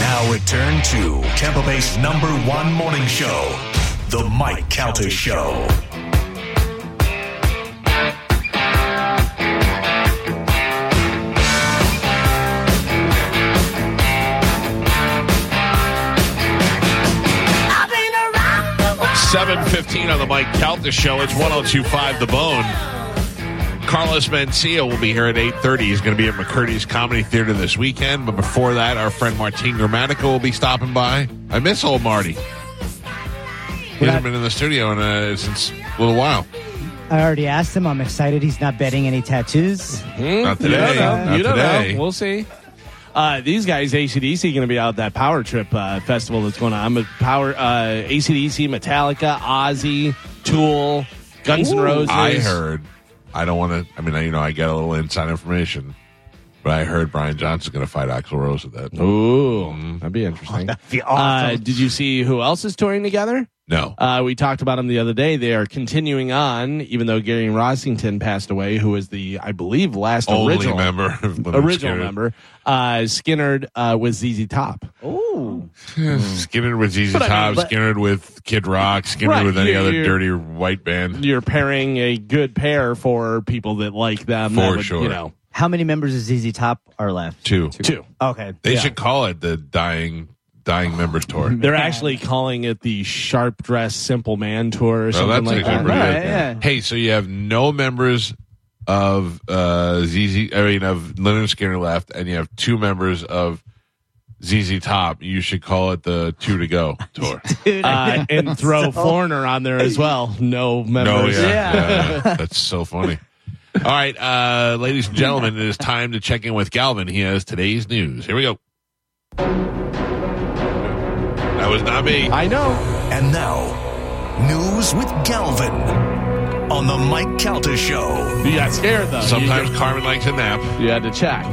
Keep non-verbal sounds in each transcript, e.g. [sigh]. Now return to Tampa Bay's number one morning show, The Mike Calter Show. I've been around the world. 715 on the Mike Calta Show. It's 1025 The Bone. Carlos Mencia will be here at 830. He's going to be at McCurdy's Comedy Theater this weekend. But before that, our friend Martin Grammatica will be stopping by. I miss old Marty. He hasn't been in the studio in a, since a little while. I already asked him. I'm excited. He's not betting any tattoos. Not today. Hmm? You don't know. Not You don't today. know. We'll see. Uh, these guys, ACDC, going to be out at that Power Trip uh, festival that's going on. I'm a Power, uh, ACDC, Metallica, Ozzy, Tool, Guns N' Roses. I heard. I don't want to. I mean, I, you know, I get a little inside information, but I heard Brian Johnson's going to fight Axl Rose at Uh, that. Ooh, that'd [laughs] be interesting. Uh, did you see who else is touring together? No. Uh, we talked about them the other day. They are continuing on, even though Gary Rossington passed away, who was the, I believe, last Only original member. Of Leonard original Skinner. member. Uh, Skinner uh, was ZZ Top. Skinner with ZZ Mm. But I mean, Top, but- Skinner with Kid Rock, Skinner Right, with any you- other you- dirty white band. You're pairing a good pair for people that like them. that For would, sure. You know, How many members of ZZ Top are left? Two. two. Okay. They Yeah. should call it the dying dying members tour. They're actually calling it the Sharp Dress Simple Man Tour or Well, something Oh, that's like actually that. pretty Alright, good. yeah. Hey, so you have no members of uh, ZZ. I mean, of Leonard Skinner left, and you have two members of ZZ Top. You should call it the Two to [laughs] Go tour. Dude, I Uh, and throw Foreigner on there as well. No, No members. yeah, yeah, [laughs] yeah. that's so funny. All right, uh, ladies and gentlemen, it is time to check in with Galvin. He has today's news. Here we go. That was not me. I know. And now, news with Galvin on The Mike Calter Show. You got scared though. You- Sometimes Carmen likes a nap. you had to check.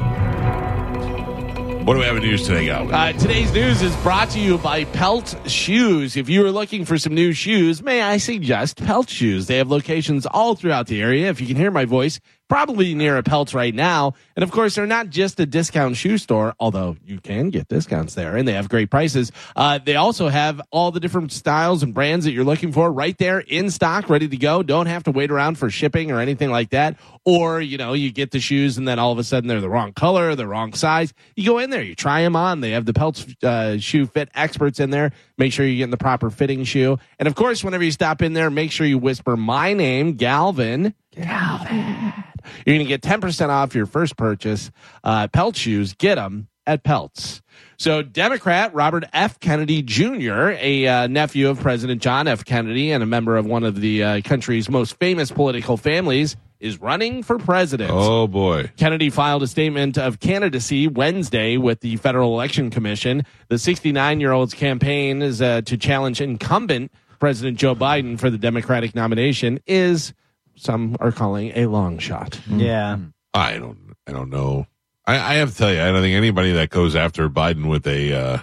What do we have in news today, Galvin? Uh, today's news is brought to you by Pelt Shoes. If you are looking for some new shoes, may I suggest Pelt Shoes? They have locations all throughout the area. If you can hear my voice, probably near a Pelt right now. And of course, they're not just a discount shoe store, although you can get discounts there and they have great prices. Uh, they also have all the different styles and brands that you're looking for right there in stock, ready to go. Don't have to wait around for shipping or anything like that. Or, you know, you get the shoes and then all of a sudden they're the wrong color, the wrong size. You go in there, you try them on. They have the Pelts uh, shoe fit experts in there. Make sure you're getting the proper fitting shoe. And of course, whenever you stop in there, make sure you whisper my name, Galvin. You're going to get 10% off your first purchase. Uh, Pelt shoes, get them at Pelts. So, Democrat Robert F. Kennedy Jr., a uh, nephew of President John F. Kennedy and a member of one of the uh, country's most famous political families, is running for president. oh boy. Kennedy filed a statement of candidacy Wednesday with the Federal Election Commission. The 69 year old's campaign is uh, to challenge incumbent President Joe Biden for the Democratic nomination is some are calling a long shot. yeah. Hmm. I don't. I don't know. I, I have to tell you, I don't think anybody that goes after Biden with a uh,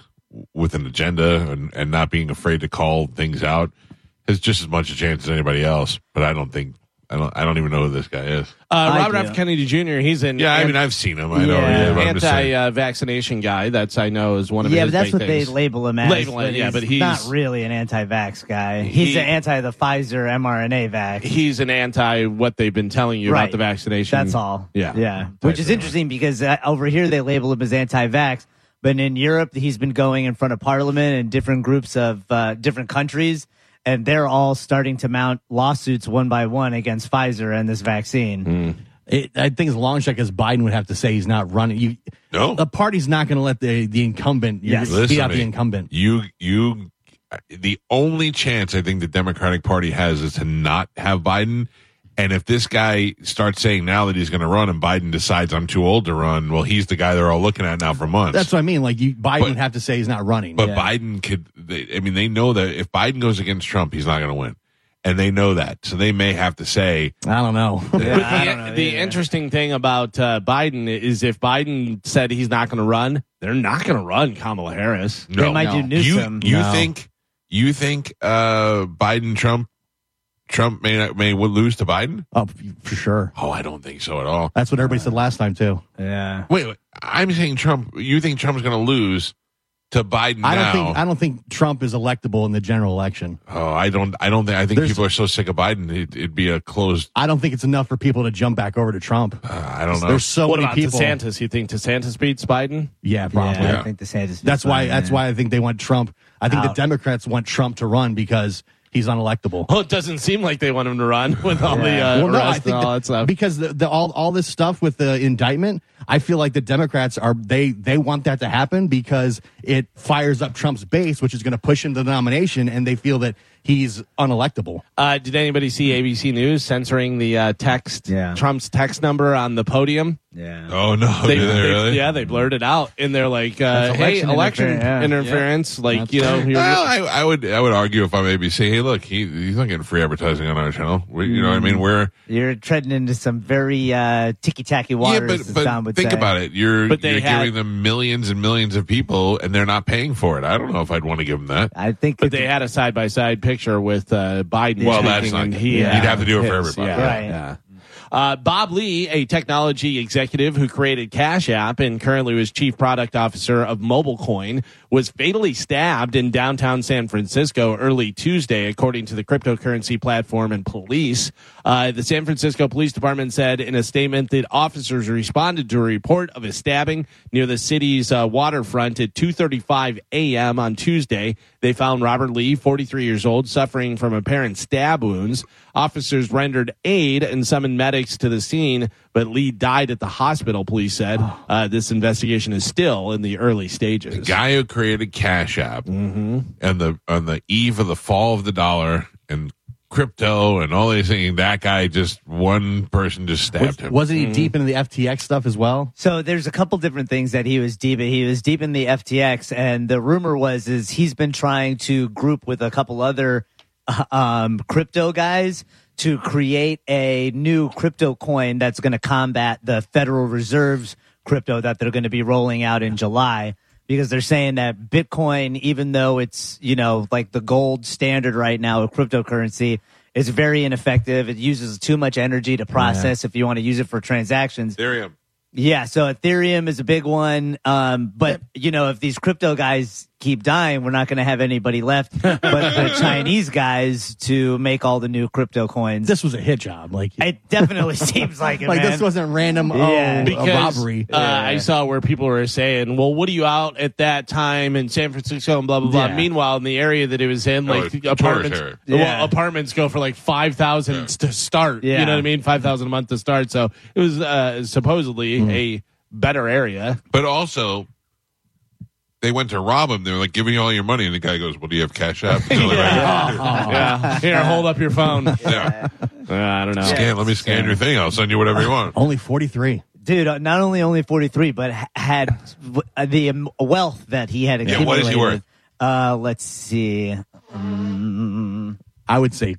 with an agenda and, and not being afraid to call things out has just as much a chance as anybody else. But I don't think. I don't. I don't even know who this guy is. Uh, I Robert do. F. Kennedy Jr. He's an Yeah, I an- mean, I've seen him. I know. Yeah. Yeah, but I'm just saying. uh, anti-vaccination guy. That's I know is one of Yeah, but his that's big what things. they label him as. Label it, yeah, he's but he's- not really an anti-vax guy. He's He- an anti the Pfizer mRNA vax. He's an anti what they've been telling you about Right. the vaccination. That's all. Yeah. yeah. Which is interesting because uh, over here they label him as anti-vax, but in Europe he's been going in front of Parliament and different groups of uh, different countries, and they're all starting to mount lawsuits one by one against Pfizer and this vaccine. Hmm. It, I think it's a long shot because Biden would have to say he's not running. You, No. the party's not going to let the the incumbent. you Yes. beat Listen out to the me. incumbent. You you the only chance I think the Democratic Party has is to not have Biden And if this guy starts saying now that he's going to run and Biden decides I'm too old to run, well, he's the guy they're all looking at now for months. That's what I mean. Like you, Biden But- would have to say he's not running. But Yeah. Biden could, they, I mean, they know that if Biden goes against Trump, he's not going to win. And they know that. So they may have to say, I don't know. But I the, don't know the either. interesting thing about uh, Biden is if Biden said he's not going to run, they're not going to run Kamala Harris. they no, might do Newsom. You, you No. think, you think, uh, Biden, Trump, Trump may not, may would lose to Biden? Oh, for sure. Oh, I don't think so at all. That's what everybody said last time too. yeah. Wait, wait, I'm saying Trump, you think Trump's going to lose to Biden I now? don't think I don't think Trump is electable in the general election. oh, I don't, I don't think, I think There's- people are so sick of Biden. It, it'd be a closed, I don't think it's enough for people to jump back over to Trump. uh, I don't know. There's so what many about people. DeSantis? You think DeSantis beats Biden? Yeah, probably. Yeah, Yeah. I think the Sanders. That's why. That's why I think they want Trump. I think the Out. Democrats want Trump to run because he's unelectable. Well, it doesn't seem like they want him to run [laughs] with all the uh, Well, no, I arrests think and all that- that stuff. because the, the, all all this stuff with the indictment, I feel like the Democrats are they they want that to happen because it fires up Trump's base, which is going to push him to the nomination, and they feel that he's unelectable. Uh, did anybody see ABC News censoring the uh, text, Yeah. Trump's text number on the podium? Yeah. oh, no. They, do they they- really? Yeah, they blurred it out, and they're like, uh, That's "Hey, election election interfer- yeah. interference!" Like, you know, you're- Well, I, I would I would argue if I'm ABC, hey, look, he, he's not getting free advertising on our channel. We, you know what I mean? We're You're treading into some very uh, ticky tacky waters. yeah, as but, Don but would think say. about it. You're But they you're had- giving them millions and millions of people, and they're not paying for it. I don't know if I'd want to give them that. I think But it's- they had a side by side picture with uh, Biden. Well, taking that's not and good. he, You'd uh, have to do it for his, everybody. Yeah, Right. yeah. Uh, Bob Lee, a technology executive who created Cash App and currently was chief product officer of MobileCoin, was fatally stabbed in downtown San Francisco early Tuesday, according to the cryptocurrency platform and police. Uh, the San Francisco Police Department said in a statement that officers responded to a report of a stabbing near the city's uh, waterfront at 2:35 a.m. on Tuesday. They found Robert Lee, 43 years old, suffering from apparent stab wounds. Officers rendered aid and summoned medics to the scene, but Lee died at the hospital. Police said uh, this investigation is still in the early stages. Guy who created Cash App Mm-hmm. and the on the eve of the fall of the dollar and crypto and all these things, that guy just one person just stabbed him. Was, not he Mm-hmm. deep into the FTX stuff as well? So there's a couple different things that he was deep. He was deep in the FTX, and the rumor was is he's been trying to group with a couple other uh, um, crypto guys to create a new crypto coin that's going to combat the Federal Reserve's crypto that they're going to be rolling out in July. Because they're saying that Bitcoin, even though it's you know like the gold standard right now of cryptocurrency, is very ineffective. It uses too much energy to process if you want to use it for transactions. There he am. Yeah, so Ethereum is a big one. Um, but you know, if these crypto guys keep dying, we're not going to have anybody left [laughs] but the [laughs] Chinese guys to make all the new crypto coins. This was a hit job. Like, It [laughs] definitely seems like it. like man. this wasn't random. Yeah. Oh, because a robbery. Uh, I saw where people were saying, "Well, what are you out at that time in San Francisco and blah blah blah?" Yeah. Meanwhile, in the area that it was in, Oh, like it's apartments, tourist well, area. Yeah. apartments go for like five thousand to start. Yeah. You know what I mean? Five thousand a month to start. So it was uh, supposedly a better area. But also, they went to rob him. They were like, "Give me all your money," and the guy goes, "Well, do you have cash [laughs] app?" He's like, Yeah. Here, hold up your phone. yeah. Uh, I don't know. Scan. Let me scan your thing. I'll send you whatever you want. Only forty three. dude. uh, Not only only forty three, but h- had w- uh, the um, wealth that he had Yeah, accumulated. what is he worth? Uh, let's see. Mm, I would say.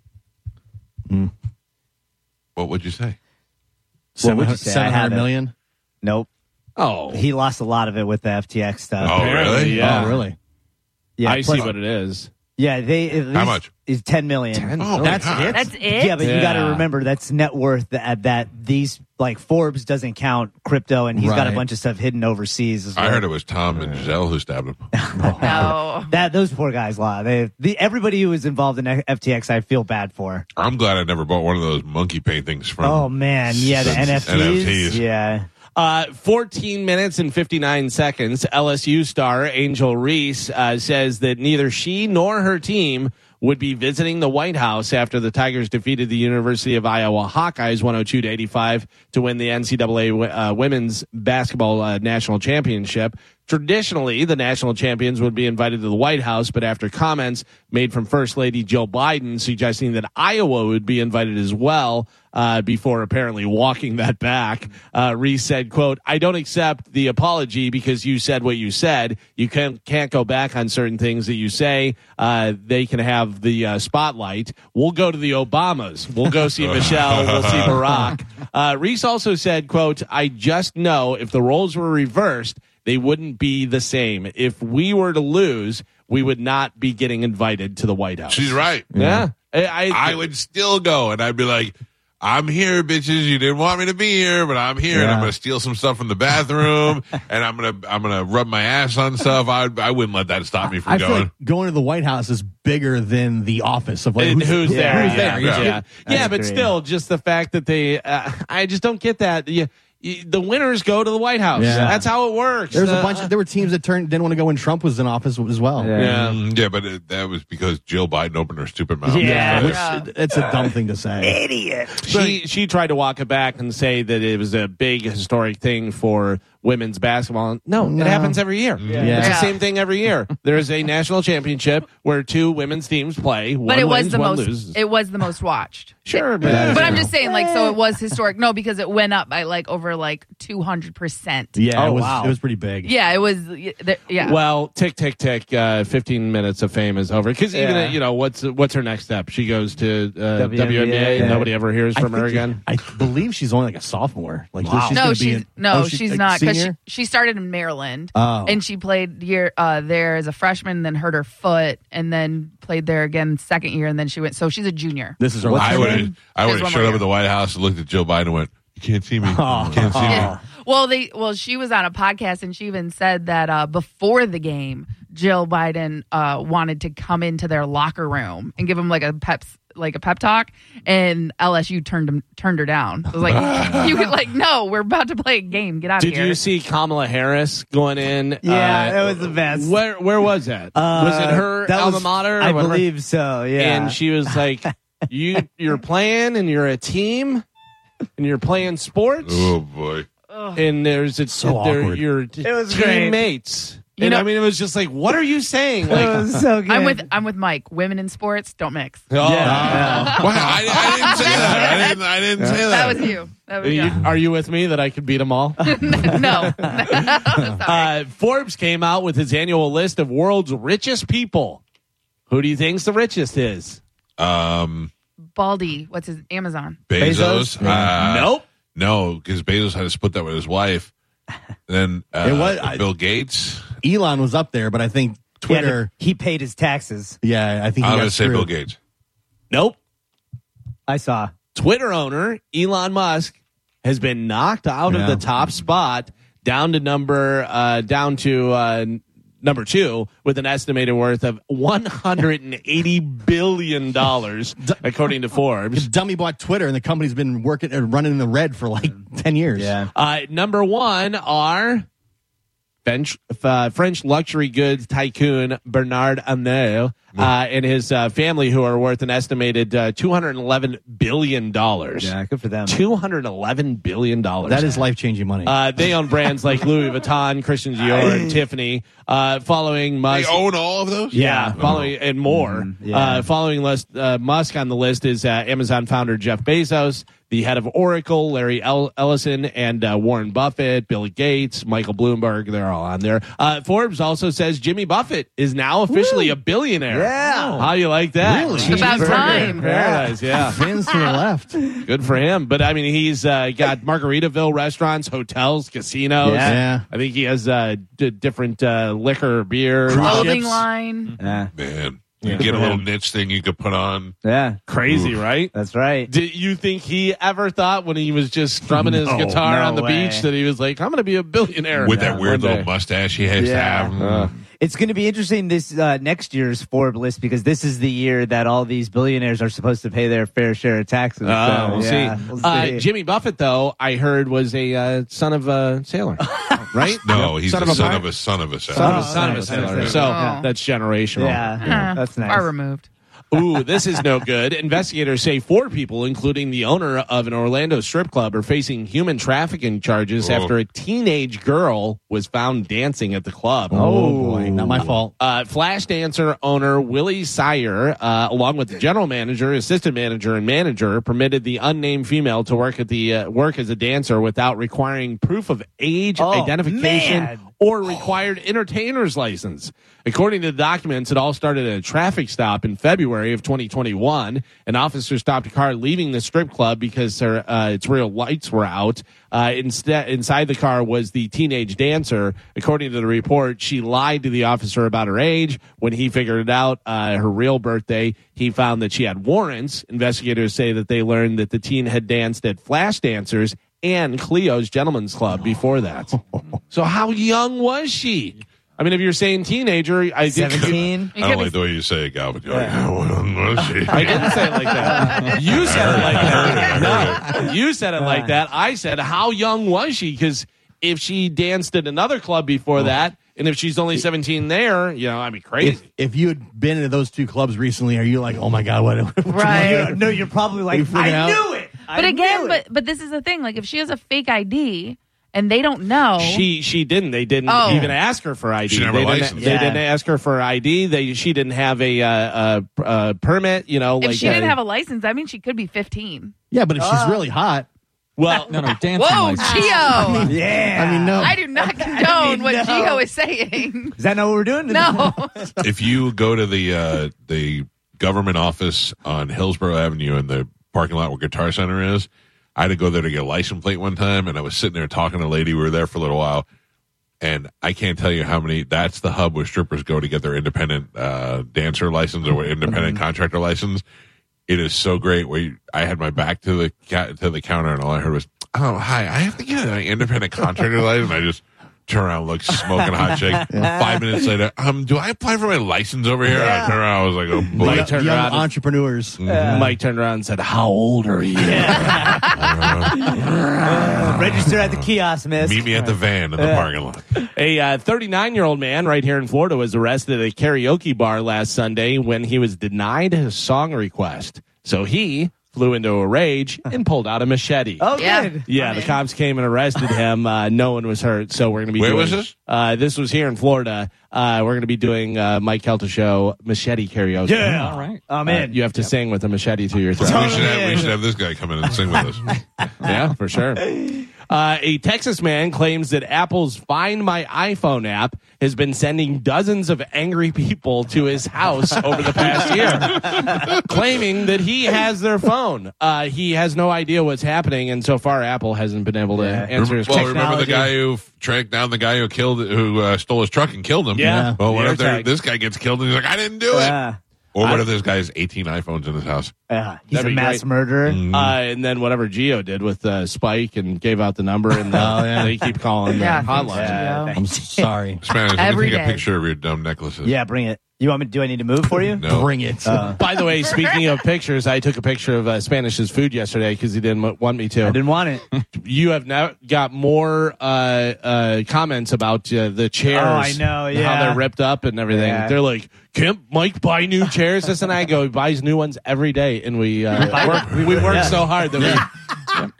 What would you say? What would you say? I Seven have hundred it. million. nope, Oh, he lost a lot of it with the FTX stuff. Oh, Apparently, really? yeah. Oh, really? yeah, I plus- see what it is. Yeah, they at least much? is ten million. Oh, that's it. That's it. Yeah, but Yeah. you got to remember that's net worth at that these like Forbes doesn't count crypto, and he's got a Right. bunch of stuff hidden overseas. As well. I heard it was Tom and Giselle who stabbed him. no. That those poor guys, law. They the everybody who was involved in FTX, I feel bad for. I'm glad I never bought one of those monkey paintings from. Oh man, yeah, the Since NFTs, NFTs. yeah. Uh, 14 minutes and 59 seconds. LSU star Angel Reese uh, says that neither she nor her team would be visiting the White House after the Tigers defeated the University of Iowa Hawkeyes 102 to 85 to win the NCAA w- uh, women's basketball uh, national championship. Traditionally, the national champions would be invited to the White House, but after comments made from First Lady Jill Biden suggesting that Iowa would be invited as well, uh, before apparently walking that back, uh, Reese said, "quote I don't accept the apology because you said what you said. You can't can't go back on certain things that you say. Uh, they can have the uh, spotlight. We'll go to the Obamas. We'll go see Michelle. We'll see Barack." Uh, Reese also said, "quote I just know if the roles were reversed." they wouldn't be the same. If we were to lose, we would not be getting invited to the White House. She's right. Yeah. I, I, [laughs] I would still go, and I'd be like, "I'm here, bitches. You didn't want me to be here, but I'm here, and I'm Yeah. gonna steal some stuff from the [laughs] bathroom, and I'm gonna I'm gonna rub my ass on stuff. I I wouldn't let that stop me from I feel going. like going to the White House is bigger than the office of like and who's, who- there? Who's there? Yeah, Yeah. yeah. Yeah, but That's great. still, just the fact that they, uh, I just don't get that. You, you, the winners go to the White House. Yeah. That's how it works. There's Uh, a bunch. Of, there were teams that turned didn't want to go when Trump was in office as well. Yeah. yeah. Mm, yeah, but it, that was because Jill Biden opened her stupid mouth. Yeah. Which, it's a dumb thing to say. she she tried to walk it back and say that it was a big historic thing for women's basketball. No, No. it happens every year. Yeah. It's the Yeah. same thing every year. [laughs] There is a national championship where two women's teams play. One But it was wins, the one most. loses. It was the most watched. sure, but, But I'm just saying, like, so it was historic. No, because it went up by like over like 200 percent. Yeah, Oh, it was wow. it was pretty big. Yeah, it was. y- there- Yeah. [laughs] Well, tick tick tick. Uh, Fifteen minutes of fame is over because even Yeah. uh, you know what's what's her next step? She goes to uh, WNBA. WNBA, yeah. Nobody ever hears I from her [laughs] think- again. I believe she's only like a sophomore. Like she's no, gonna be she's an- no, oh, she- she's a not because she, senior? she started in Maryland Oh. and she played year uh, there as a freshman, then hurt her foot, and then played there again second year, and then she went. So she's a junior. This is her. What's last I her would have name? I There's would have one showed more up at the year. White House and looked at Jill Biden and went, "You can't see me. You Oh. can't see me." Yeah. Well, they well she was on a podcast and she even said that uh, before the game, Jill Biden uh, wanted to come into their locker room and give him like a peps like a pep talk, and LSU turned him turned her down. It was like you could like no, we're about to play a game. Get out Did of here. you see Kamala Harris going in? Yeah, Uh, that was the best. Where where was that? Uh, was it her that alma was- mater? or I whatever? believe so. Yeah. and she was [laughs] like, "You you're playing and you're a team." And you're playing sports, Oh boy. and there's it's So they're awkward. your was great. teammates. You and know- I mean, it was just like, what are you saying? Like, it was so good. I'm with I'm with Mike. Women in sports don't mix. oh, Yeah. Wow, I, I didn't [laughs] say that. I didn't, I didn't say that. That was you. That Are was you, are you with me that I could beat [laughs] them all? [laughs] no. Sorry. Uh, Forbes came out with his annual list of world's richest people. Who do you think's the richest is? um, Baldy, what's his Amazon? Bezos. Bezos? Uh, nope. No, because Bezos had to split that with his wife. Then uh, It was- I- Bill Gates. Elon was up there, but I think He had to- Twitter. He paid his taxes. Yeah, I think he I'm got going to say screwed. Bill Gates. Nope. I saw. Twitter owner Elon Musk has been knocked out Yeah. of the top spot down to number uh, down to uh, n- number two with an estimated worth of 180 billion dollars, according to Forbes. Dummy bought Twitter, and the company's been working and running in the red for like ten years. Uh, number one are French, uh, French luxury goods tycoon Bernard Arnault uh, and his uh, family, who are worth an estimated uh, two hundred eleven billion dollars. Yeah, good for them. Two hundred eleven billion dollars. that is life changing money. Uh, they own brands like Louis Vuitton, Christian Dior, and Tiffany. Uh, following They Musk, own all of those? yeah, following and more. yeah. uh, following list, uh, Musk on the list is uh, Amazon founder Jeff Bezos, the head of Oracle, Larry El- Ellison, and uh, Warren Buffett, Bill Gates, Michael Bloomberg. They're all on there. Uh, Forbes also says Jimmy Buffett is now officially a billionaire. Yeah. how you like that? Really? About Cheeseburger time. paradise. Yeah, Fins to the left. good for him. But I mean, he's uh, got Margaritaville restaurants, hotels, casinos. Yeah. Yeah. I think he has uh, d- different uh, liquor, beer, Clothing line. [laughs] Yeah. Man, you get a little niche thing you could put on. Yeah. Crazy, right? That's right. Did you think he ever thought when he was just strumming his No, guitar no on the way. beach that he was like, I'm going to be a billionaire With now that weird one little day." mustache he has Yeah. Uh, to have. Mm. It's going to be interesting this uh, next year's Forbes list because this is the year that all these billionaires are supposed to pay their fair share of taxes. Uh, so, we'll yeah, see. we'll Uh, see. Jimmy Buffett, though, I heard was a uh, son of a sailor, right? no, he's son the of a son bar- of a son of a son. Son of a Oh, son of a nice, sailor. nice, So nice. that's generational. yeah, that's nice. Far removed. Ooh, this is no good. Investigators say four people, including the owner of an Orlando strip club, are facing human trafficking Oh. charges after a teenage girl was found dancing at the club. Oh, boy, not my fault. Uh, Flash dancer owner Willie Sire, uh, along with the general manager, assistant manager, and manager, permitted the unnamed female to work at the uh, work as a dancer without requiring proof of age, Oh, identification, man. or required entertainer's license. According to the documents, it all started at a traffic stop in February of 2021. An officer stopped a car leaving the strip club because her, uh, its real lights were out. Uh, instead, inside the car was the teenage dancer. According to the report, she lied to the officer about her age. When he figured it out, uh, her real birthday, he found that she had warrants. Investigators say that they learned that the teen had danced at Flash Dancers and Cleo's Gentlemen's Club [laughs] before that. So how young was she? I mean, if you're saying teenager, I didn't. Seventeen. You I don't could like the way you say it, Galvin. You're like, "Oh, let's see." I didn't say it like that. You said it [laughs] like I that. No, you said it like that. I said, how young was she? Because if she danced at another club before that, and if she's only 17 there, you know, I'd be If, crazy. if you had been to those two clubs recently, are you like, oh my god, what? be- right. No, you're probably You like, freaking I out? knew it. I But again, knew but it." but this is the thing. Like if she has a fake ID and they don't know, She she didn't. They didn't Oh. even ask her for ID. She never they, didn't, licensed. they Yeah. didn't ask her for ID. They she didn't have a uh, uh, pr- uh, permit. You know, if like she didn't uh, have a license, I mean, she could be 15. yeah, but if Uh. she's really hot, well, No, no, dancing Whoa, like Gio! yeah, I mean, no. I do not condone what no. Gio is saying. is that not what we're doing? [laughs] No, if you go to the uh, the government office on Hillsborough Avenue in the parking lot where Guitar Center is, I had to go there to get a license plate one time, and I was sitting there talking to a lady. We were there for a little while, and I can't tell you how many. That's the hub where strippers go to get their independent uh, dancer license or independent contractor license. It is so great. Where you, I had my back to the ca- to the counter, and all I heard was, "Oh, hi! I have to get an independent contractor license." I just turn around, look smoking hot chick. Five minutes later, um, do I apply for my license over here? And I turn around, I was like, "Oh boy, Like- young turned around and- entrepreneurs. Mm, Mike turned around and said, "How old are you?" Uh, register at the kiosk, miss. meet me at the van in the parking lot." [laughs] A 39 year old man right here in Florida was arrested at a karaoke bar last Sunday when he was denied his song request. So he flew into a rage and pulled out a machete. Oh, Yeah. good. Yeah, I'm the in. cops came and arrested him. Uh, no one was hurt, so we're going to be. Where doing, was this? Uh, this was here in Florida. Uh, we're going to be doing uh, Mike Kelta show machete karaoke. Yeah. All right. I'm Uh, in. you have to sing with a machete to your throat. We should, have, we should have this guy come in and sing with us. yeah, for sure. Uh, a Texas man claims that Apple's Find My iPhone app has been sending dozens of angry people to his house over the past year, claiming that he has their phone. Uh, he has no idea what's happening, and so far, Apple hasn't been able to answer his well, question. remember the Technology. guy who f- tracked down the guy who killed, who uh, stole his truck and killed him. Yeah. Well, what The if there- AirTag. this guy gets killed and he's like, "I didn't do it," Yeah. or what if this guy has 18 iPhones in his house? Mm. Yeah. he's That'd a be mass great. murderer. Uh, and then whatever Geo did with uh, Spike and gave out the number, and uh, they keep calling the Yeah, hotline. Yeah, Gio. I'm sorry. Spanish, let me Every take a day. picture of your dumb necklaces. Yeah, bring it. You want me? Do I need to move for you? No. Bring it. By the way, speaking of pictures, I took a picture of uh, Spanish's food yesterday because he didn't wa- want me to. I didn't [laughs] want it. you have now got more uh, uh, comments about uh, the chairs. Oh, I know, and yeah. how they're ripped up and everything. Yeah. They're like, "Can Mike buy new chairs?" This and I go, "He buys new ones every day," and we uh, work, we work Yeah. so hard that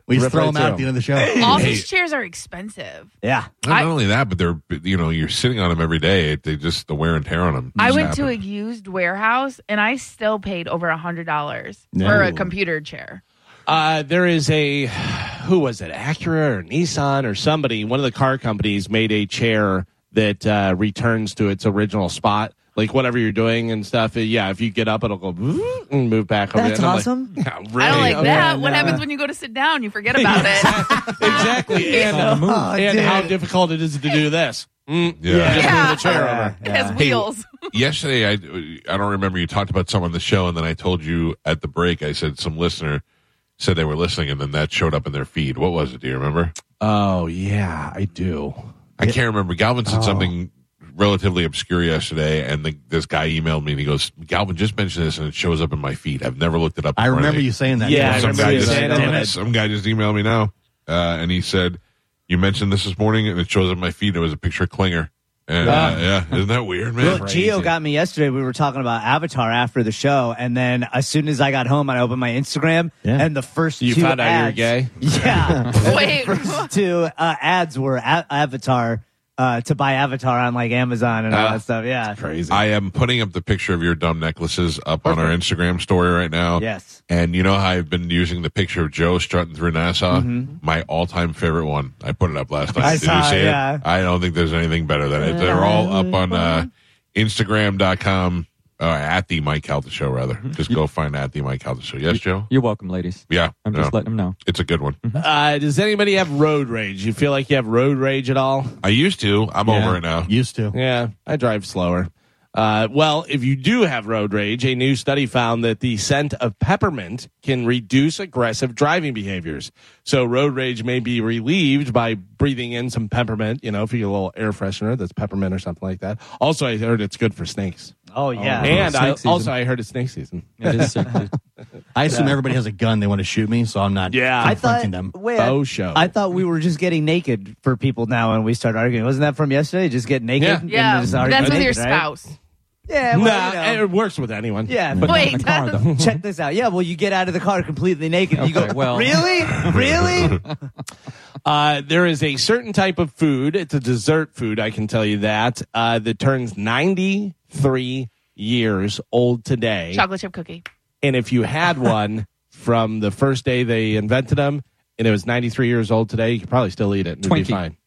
we just Rip throw right them out through. at the end of the show. office chairs are expensive. Yeah. Not I- only that, but they're you know you're sitting on them every day. They just the wear and tear on them. I just went to a happen. used warehouse and I still paid over a hundred dollars No. for a computer chair. we uh, there is a who was it Acura or Nissan or somebody one of the car companies made a chair that uh, returns to its original spot. Like whatever you're doing and stuff, uh, yeah. If you get up, it'll go and move back. over That's there. And I'm like, awesome. yeah, I don't really? like Okay. that. What happens when you go to sit down? You forget about it. [laughs] exactly. And, on the move. Oh, and dude. how difficult it is to do this. Mm. Yeah. Just Yeah. move the chair Yeah. over. It has wheels. Yesterday, I I don't remember you talked about someone on the show, and then I told you at the break. I said some listener said they were listening, and then that showed up in their feed. What was it? Do you remember? Oh yeah, I do. I can't remember. Galvin said something relatively obscure yesterday, and the, this guy emailed me and he goes, "Galvin just mentioned this, and it shows up in my feed. I've never looked it up." I before, and remember they- you saying that. Yeah, I some remember guy you just saying damn that. it, some guy just emailed me now, uh, and he said, "You mentioned this this morning, and it shows up in my feed. It was a picture of Klinger." And, uh, yeah, isn't that weird, man? Well, Geo got me yesterday. We were talking about Avatar after the show, and then as soon as I got home, I opened my Instagram, Yeah. and the first You two found out you were ads- gay? [laughs] Yeah, [laughs] Wait, first two uh, ads were a- Avatar uh, to buy Avatar on like Amazon and all Ah. that stuff. Yeah, Crazy. I am putting up the picture of your dumb necklaces up on our Instagram story right now. Yes. And you know how I've been using the picture of Joe strutting through NASA? My all time favorite one. I put it up last night. I Did saw you it, see it? yeah. I don't think there's anything better than it. They're all up on uh, Instagram.com. Uh, at the Mike Calta Show, rather. Just go find at the Mike Calta Show. Yes, Joe? You're welcome, ladies. Yeah. I'm no, just letting them know. it's a good one. Uh, does anybody have road rage? You feel like you have road rage at all? I used to. I'm Yeah. over it now. Used to. Yeah, I drive slower. Uh, well, if you do have road rage, a new study found that the scent of peppermint can reduce aggressive driving behaviors. So road rage may be relieved by breathing in some peppermint, you know, for your little air freshener that's peppermint or something like that. Also, I heard it's good for snakes. Oh yeah. and snake I, season. also, I heard it's snake season. It is sick, dude. I assume everybody has a gun they want to shoot me, so I'm not Yeah. I confronting thought. them. Wait, I- Faux show. I thought we were just getting naked for people now, and we start arguing. Wasn't that from yesterday? Just get naked. Yeah. and yeah, just argue that's with your naked, right? spouse. Yeah. nah, eh, Well, you know. it works with anyone. yeah. [laughs] But not in Wait, the car, that's- though. check this out. Yeah, well, you get out of the car completely naked. and [laughs] you Okay, go, well- really, really? Uh, there is a certain type of food. It's a dessert food. I can tell you that uh, that turns ninety three years old today. Chocolate chip cookie. And if [laughs] you had one from the first day they invented them, and it was ninety three years old today, you could probably still eat it. And it'd be Twinkie. fine.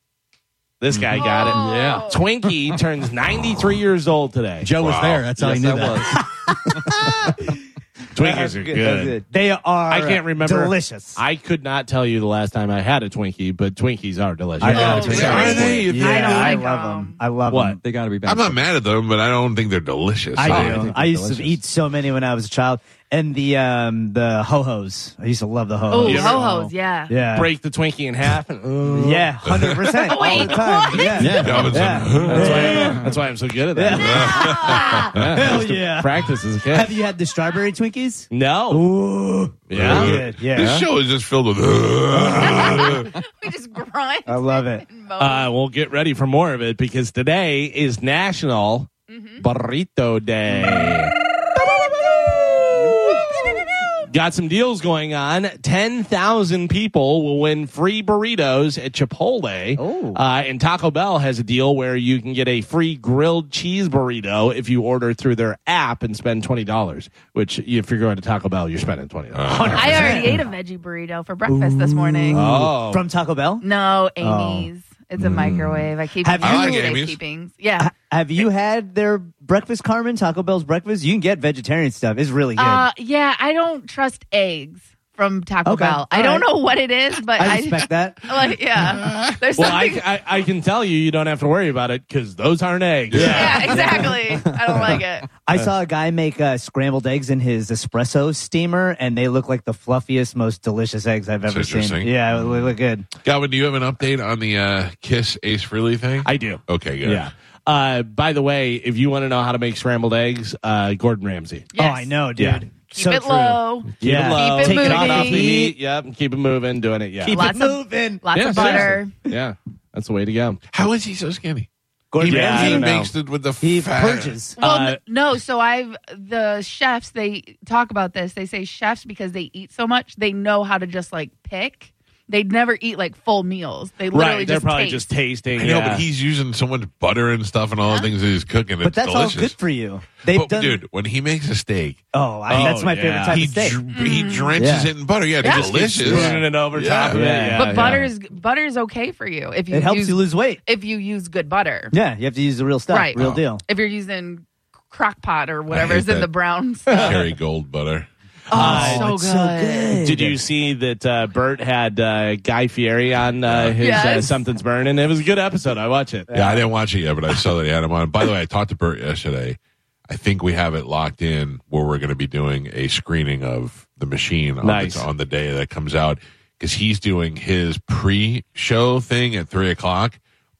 This guy Mm-hmm. got Oh. it. Yeah. [laughs] Twinkie turns ninety three years old today. Joe was Wow. there. That's how yes, he knew I that. was. [laughs] Twinkies are That's that's good. They are. I can't remember. Delicious. I could not tell you the last time I had a Twinkie, but Twinkies are delicious. I got Oh, it. really? Are they? You Yeah, think they I do? love them. I love What? them. They got to be back. I'm not mad at them, but I don't think they're delicious. I think do. they're I used to delicious. eat so many when I was a child, and the um the ho hos. I used to love the ho Oh, hos. ho hos, yeah. Yeah. Break the Twinkie in half. And, uh, Yeah, hundred percent. [laughs] All Wait, the time. what? Yeah. Yeah. That was [laughs] Yeah. That's why, I'm, that's why I'm so good at that. [laughs] Ah! Yeah, I used to yeah. Practice as a kid. Have you had the strawberry Twinkies? no. Ooh, [laughs] Yeah. Good. This Yeah. show is just filled with. [laughs] we just grunt. I love it. and moan. Uh, well, get ready for more of it because today is National Burrito Day. Got some deals going on. 10,000 people will win free burritos at Chipotle. Oh. Uh, and Taco Bell has a deal where you can get a free grilled cheese burrito if you order through their app and spend $20, which if you're going to Taco Bell, you're spending $20. Uh. I already ate a veggie burrito for breakfast this morning. oh. From Taco Bell. No, Amy's. It's a microwave. I keep Oh. Have I you- like I like Amy's. safekeepings. Yeah. Have you had their breakfast, Carmen? Taco Bell's breakfast. You can get vegetarian stuff. It's really good. Uh, yeah, I don't trust eggs from Taco Okay. Bell. I All don't right. know what it is, but I I, respect that. [laughs] like [laughs] yeah. There's Well, something I, I, I can tell you, you don't have to worry about it because those aren't eggs. [laughs] Yeah, exactly. I don't like it. I saw a guy make uh, scrambled eggs in his espresso steamer, and they look like the fluffiest, most delicious eggs I've ever seen. interesting. Yeah, they look good. Oh, Godwin, do you have an update on the uh, Kiss Ace Frehley thing? I do. okay, Oh, good. Yeah. Uh, by the way, if you want to know how to make scrambled eggs, uh, Gordon Ramsay. [laughs] Oh, Yes. I know, dude. Yeah. Keep so it true. low. Keep Yeah. it Keep low. it Take it moving. off the heat. Yep. and Keep it moving. Doing it. Yeah. Keep Lots it of- moving. Lots Yeah, of butter. seriously. Yeah. That's the way to go. How is he so skinny? Gordon he Yeah, I Ramsay, don't know. mixed it with the he fat. purges. Well, Uh, n- no. So I've the chefs. They talk about this. They say chefs because they eat so much, they know how to just like pick. They never eat like full meals. They literally right. just They're probably taste. just tasting. I know, yeah. but he's using so much butter and stuff and all the things that he's cooking. It's But that's delicious. all good for you. They've but done. dude, when he makes a steak, oh, I, Oh, that's my yeah. favorite type he of steak. dr- he Mm. drenches Yeah. it in butter. Yeah, it's Yeah. delicious. Spooning it over Yeah. top of it. Yeah. Yeah, but yeah. butter's butter's okay for you if you It helps use, you lose weight. if you use good butter. Yeah, you have to use the real stuff. Right. Real Oh. deal. If you're using crock pot or hate whatever's in that. the brown [laughs] stuff. Kerry Gold butter. oh, so, it's good. so good. Did you see that uh, Bert had uh, Guy Fieri on uh, his uh, Yes. Something's Burning? It was a good episode. I watch it. Yeah, I didn't watch it yet, but I saw that he had him on. By the way, I talked to Bert yesterday. I think we have it locked in where we're going to be doing a screening of the machine on, Nice. the, on the day that comes out because he's doing his pre-show thing at three o'clock.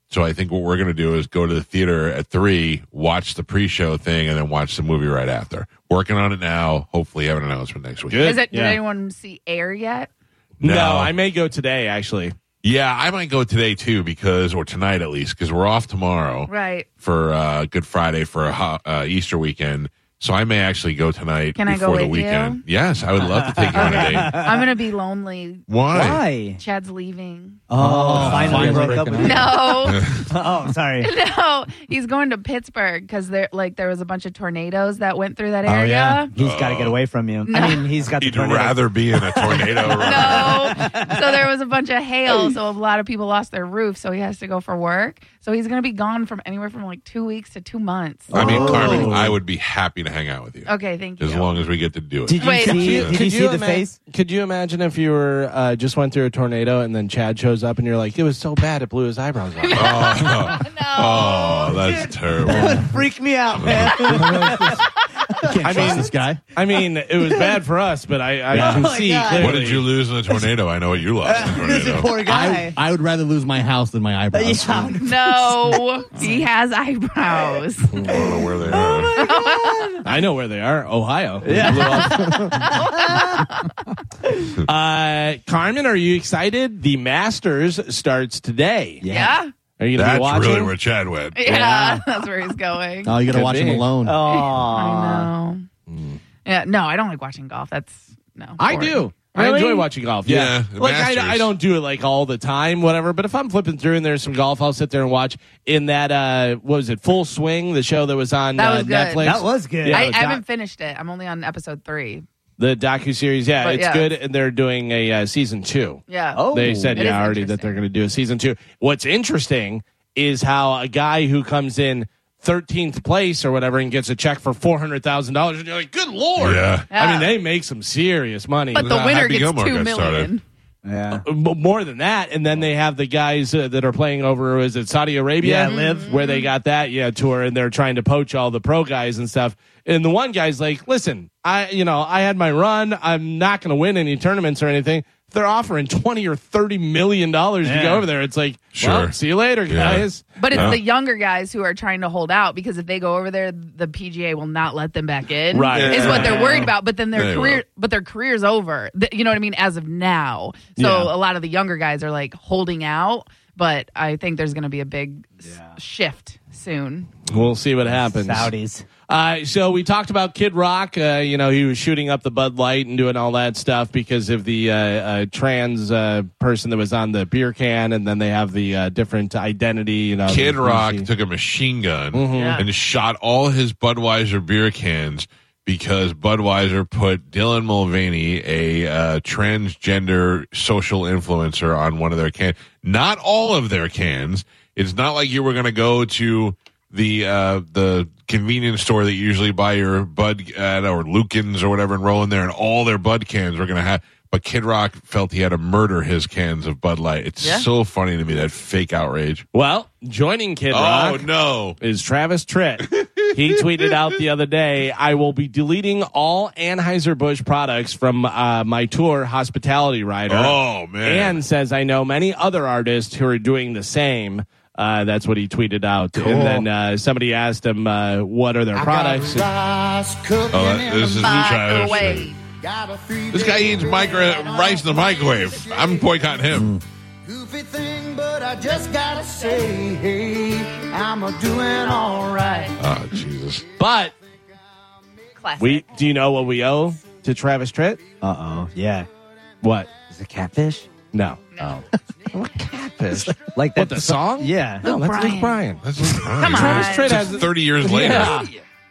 So I think what we're going to do is go to the theater at three, watch the pre-show thing, and then watch the movie right after. Working on it now. Hopefully, have an announcement next week. Good. Is it? Yeah. Did anyone see air yet? No, No. I may go today actually. Yeah, I might go today too because, or tonight at least, because we're off tomorrow Right. for uh, Good Friday for a ho- uh, Easter weekend. So I may actually go tonight Can I go before the with you? weekend. Yes, I would love to take you on a date. I'm [laughs] gonna be lonely. Why? Why? Chad's leaving. Oh, finally finally broke up breaking with you. [laughs] [laughs] No, Oh, sorry. [laughs] no, he's going to Pittsburgh because there, like, there was a bunch of tornadoes that went through Oh, that area. He's got to get away from you. I mean, he's got the You'd tornado. rather be in a tornado. [laughs] right? No. [laughs] so there was a bunch of hail. So a lot of people lost their roof. So he has to go for work. So he's going to be gone from anywhere from like two weeks to two months. Oh. I mean, Carmen, I would be happy to hang out with you Okay, thank you. [laughs] as long as we get to do it. Did you Wait. Could see? you- Did you, see the ima- face? Could you imagine if you were uh, just went through a tornado and then Chad shows up and you're like, it was so bad it blew his eyebrows [laughs] off. Oh, oh, that's terrible. Freak me out, man. Can't trust mean- this guy. I mean, it was bad for us, but I, I Yeah. can Oh my see God. clearly. What did you lose in a tornado? I know what you lost in a this tornado. poor I, [laughs] guy. I would rather lose my house [laughs] than my eyebrows. Yeah. no, [laughs] he has eyebrows. I don't know where they are. I know where they are. Ohio. Yeah. uh, Carmen, are you excited? The Masters starts today. Yeah. Are you going to be That's watching? really where Chad went. Yeah. [laughs] That's where he's going. Oh, you got to Could watch be. him alone. Aw. I know. Yeah. No, I don't like watching golf. That's no. Mm. I boring. do. I Really? enjoy watching golf. Yeah. Yeah, the like Masters. I, I don't do it like all the time, whatever. But if I'm flipping through and there's some golf, I'll sit there and watch. In that, uh, what was it? Full Swing, the show that was on That uh, was good. Netflix. That was good. Yeah. I, doc- I haven't finished it. I'm only on episode three. the docu series. Yeah, But it's yeah. good, and they're doing a uh, season two. Yeah. Oh. they said It yeah is already that interesting. they're going to do a season two. What's interesting is how a guy who comes in. 13th place or whatever and gets a check for $400,000 and you're like good lord. Yeah. I Yeah. mean they make some serious money. But the Uh, winner Happy gets Gilmore two got started. million. Yeah. M- more than that, and Oh. then they have the guys uh, that are playing over. Is it Saudi Yeah, Arabia? Liv. Mm-hmm. where they got that yeah tour, and they're trying to poach all the pro guys and stuff. And the one guy's like, "Listen, I you know I had my run. I'm not going to win any tournaments or anything." If They're offering twenty or thirty million dollars to Yeah. go over there. It's like, well, Sure. see you later, Yeah. guys. But it's Yeah. the younger guys who are trying to hold out because if they go over there, the PGA will not let them back in. Right. is what they're worried about. But then their They career, will. but their career's over. Th- You know what I mean? As of now, so Yeah. a lot of the younger guys are like holding out. But I think there's going to be a big s- shift soon. We'll see what happens. Saudis. Uh, so we talked about Kid Rock. Uh, you know, he was shooting up the Bud Light and doing all that stuff because of the uh, uh, trans uh, person that was on the beer can, and then they have the uh, different identity. You know, Kid the- Rock the- took a machine gun Yeah. and shot all his Budweiser beer cans because Budweiser put Dylan Mulvaney, a uh, transgender social influencer, on one of their cans. Not all of their cans. It's not like you were going to go to the uh, the convenience store that you usually buy your Bud at or Lukens or whatever and roll in there, and all their Bud cans were going to have. But Kid Rock felt he had to murder his cans of Bud Light. It's Yeah. so funny to me that fake outrage. Well, joining Kid Oh Rock no! is Travis Tritt. [laughs] he tweeted out the other day, "I will be deleting all Anheuser Busch products from uh, my tour, Hospitality Rider." Oh man! and says, "I know many other artists who are doing the same." Uh, that's what he tweeted out, and then uh, somebody asked him, uh, "What are their products?" oh, that- this is By the Travis. way, This guy eats micro- rice in the microwave. I'm boycotting Mm. him. Goofy thing, but I just gotta say, hey, I'm a doing alright. Oh Jesus! But classic. we do you know what we owe to Travis Tritt? Uh oh. Yeah. What? Is it catfish? No, Oh. No. [laughs] Like that What, the song? Yeah. no, that's Luke Bryan. That's Come on. Travis [laughs] Tritt has Thirty years later. yeah,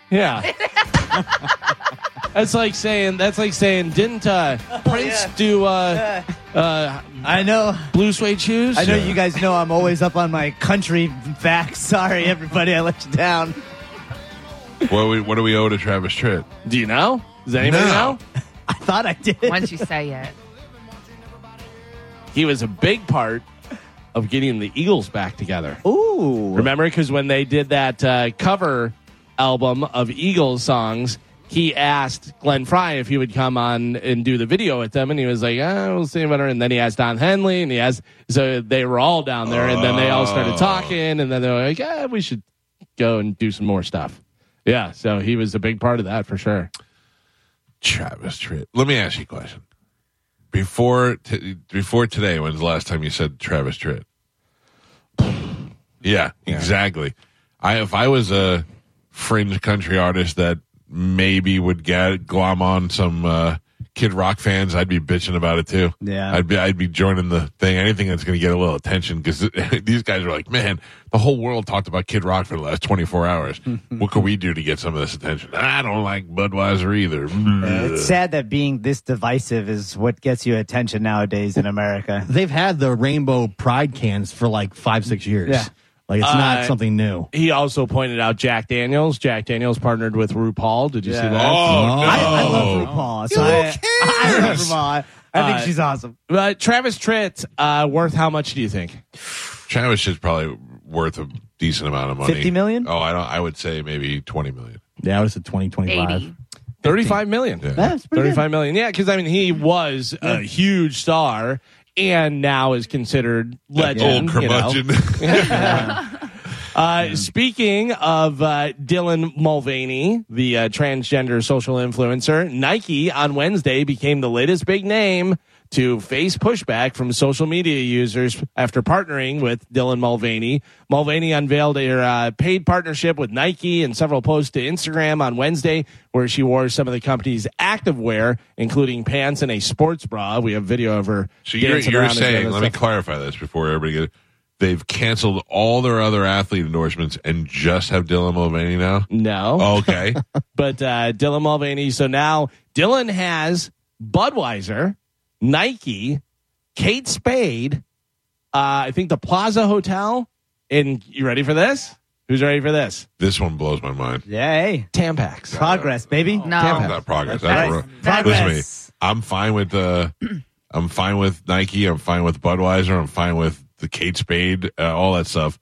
yeah. [laughs] that's like saying that's like saying didn't uh, [laughs] Oh, Prince do uh, uh, I know. blue suede shoes? I know you guys know I'm always up on my country facts. [laughs] Sorry, everybody, I let you down. What we, what do we owe to Travis Tritt? Do you know? Does anybody No. know? I thought I did. [laughs] Once you [laughs] say it, He was a big part of getting the Eagles back together. Ooh. Remember, because when they did that uh, cover album of Eagles songs, he asked Glenn Fry if he would come on and do the video with them, and he was like, "Oh, we'll see about it." And then he asked Don Henley, and he asked, so they were all down there, and then they all started talking, and then they were like, "Yeah, we should go and do some more stuff." Yeah, so he was a big part of that for sure. Travis Tritt. Let me ask you a question. before t- before today, when's the last time you said Travis Tritt? Yeah, exactly. I if I was a fringe country artist that maybe would get glom on some uh, Kid Rock fans, I'd be bitching about it too. Yeah. I'd be I'd be joining the thing. Anything that's going to get a little attention because [laughs] these guys are like, man, the whole world talked about Kid Rock for the last twenty four [laughs] hours. what could we do to get some of this attention? I don't like Budweiser either. It's sad that being this divisive is what gets you attention nowadays in America. They've had the rainbow pride cans for like five, six years. Yeah. Like it's Uh, not something new. He also pointed out Jack Daniels. Jack Daniels partnered with RuPaul. Did you see Yeah. [laughs] that? Oh, I, I no. love RuPaul. So I, [laughs] I love RuPaul. I think Uh, she's awesome. Uh, Travis Tritt, uh, worth how much do you think? Travis is probably worth a decent amount of money. 50 million? Oh, I don't. I would say maybe twenty million. Yeah, I would have said 20, 25. 80. Thirty-five million. That's pretty good. Thirty-five million. Yeah, because I mean, he was a huge star, and now is considered legend. Old you know. curmudgeon. [laughs] [laughs] Uh, speaking of uh, Dylan Mulvaney, the uh, transgender social influencer, Nike on Wednesday became the latest big name to face pushback from social media users after partnering with Dylan Mulvaney. Mulvaney unveiled her uh, paid partnership with Nike and several posts to Instagram on Wednesday, where she wore some of the company's activewear, including pants and a sports bra. We have video of her. so you're, dancing you're around and doing saying? that Let me stuff. clarify this before everybody gets. They've canceled all their other athlete endorsements and just have Dylan Mulvaney [laughs] now. no. Oh, Okay, but uh, Dylan Mulvaney. So now Dylan has Budweiser, Nike, Kate Spade, uh, I think the Plaza Hotel. And you ready for this? Who's ready for this? Oh, this one blows my mind. Yay. Tampax. Progress, baby. That's No. not progress. That's- That's, wrong. that's- Listen to me. I'm fine with [clears throat] uh, I'm fine with Nike. I'm fine with Budweiser. I'm fine with the Kate Spade. Uh, all that stuff.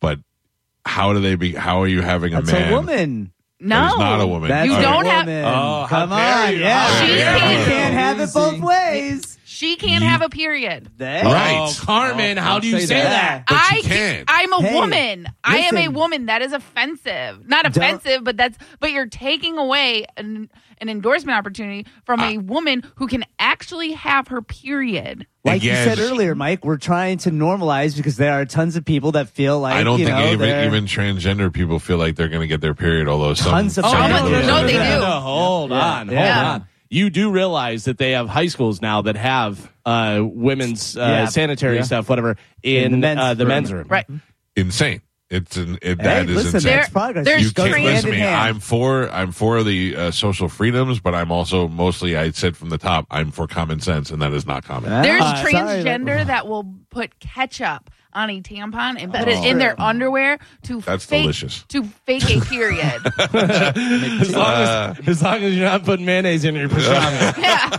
But how do they be? How are you having a That's man? a woman. No. That is not a woman. That's You a All don't have- woman. Oh, how Come dare on. you. Yeah. How You dare you. can't have it both ways. She can't have a period. There. Right. Oh, Carmen, how do you say, that? But I you can't. I'm a Hey, woman. I am a listen. woman. That is offensive. Not offensive, but that's but you're taking away an, an endorsement opportunity from a woman who can actually have her period. Like Again, you said earlier, Mike, we're trying to normalize because there are tons of people that feel like I don't you think know, even, they're- even transgender people feel like they're going to get their period. Although some, Tons of some people people do. are. Oh, No, they do. hold on, hold Yeah. on. You do realize that they have high schools now that have uh, women's uh, Yeah. sanitary Yeah. stuff, whatever, in, In the men's uh, the room. men's room. Right. Mm-hmm. insane. It's an, it, Hey, that is listen, insane. that's progress. They're- It you there's goes can't trans- hand listen in to me. hand. I'm for I'm for the uh, social freedoms, but I'm also mostly I said from the top I'm for common sense, and that is not common. Yeah. There's Uh, sorry, transgender but- that will put ketchup on a tampon and put it That's in their Oh. true. underwear to That's fake delicious. to fake a period. [laughs] [laughs] As long as, as long as you're not putting mayonnaise in your pajamas. yeah.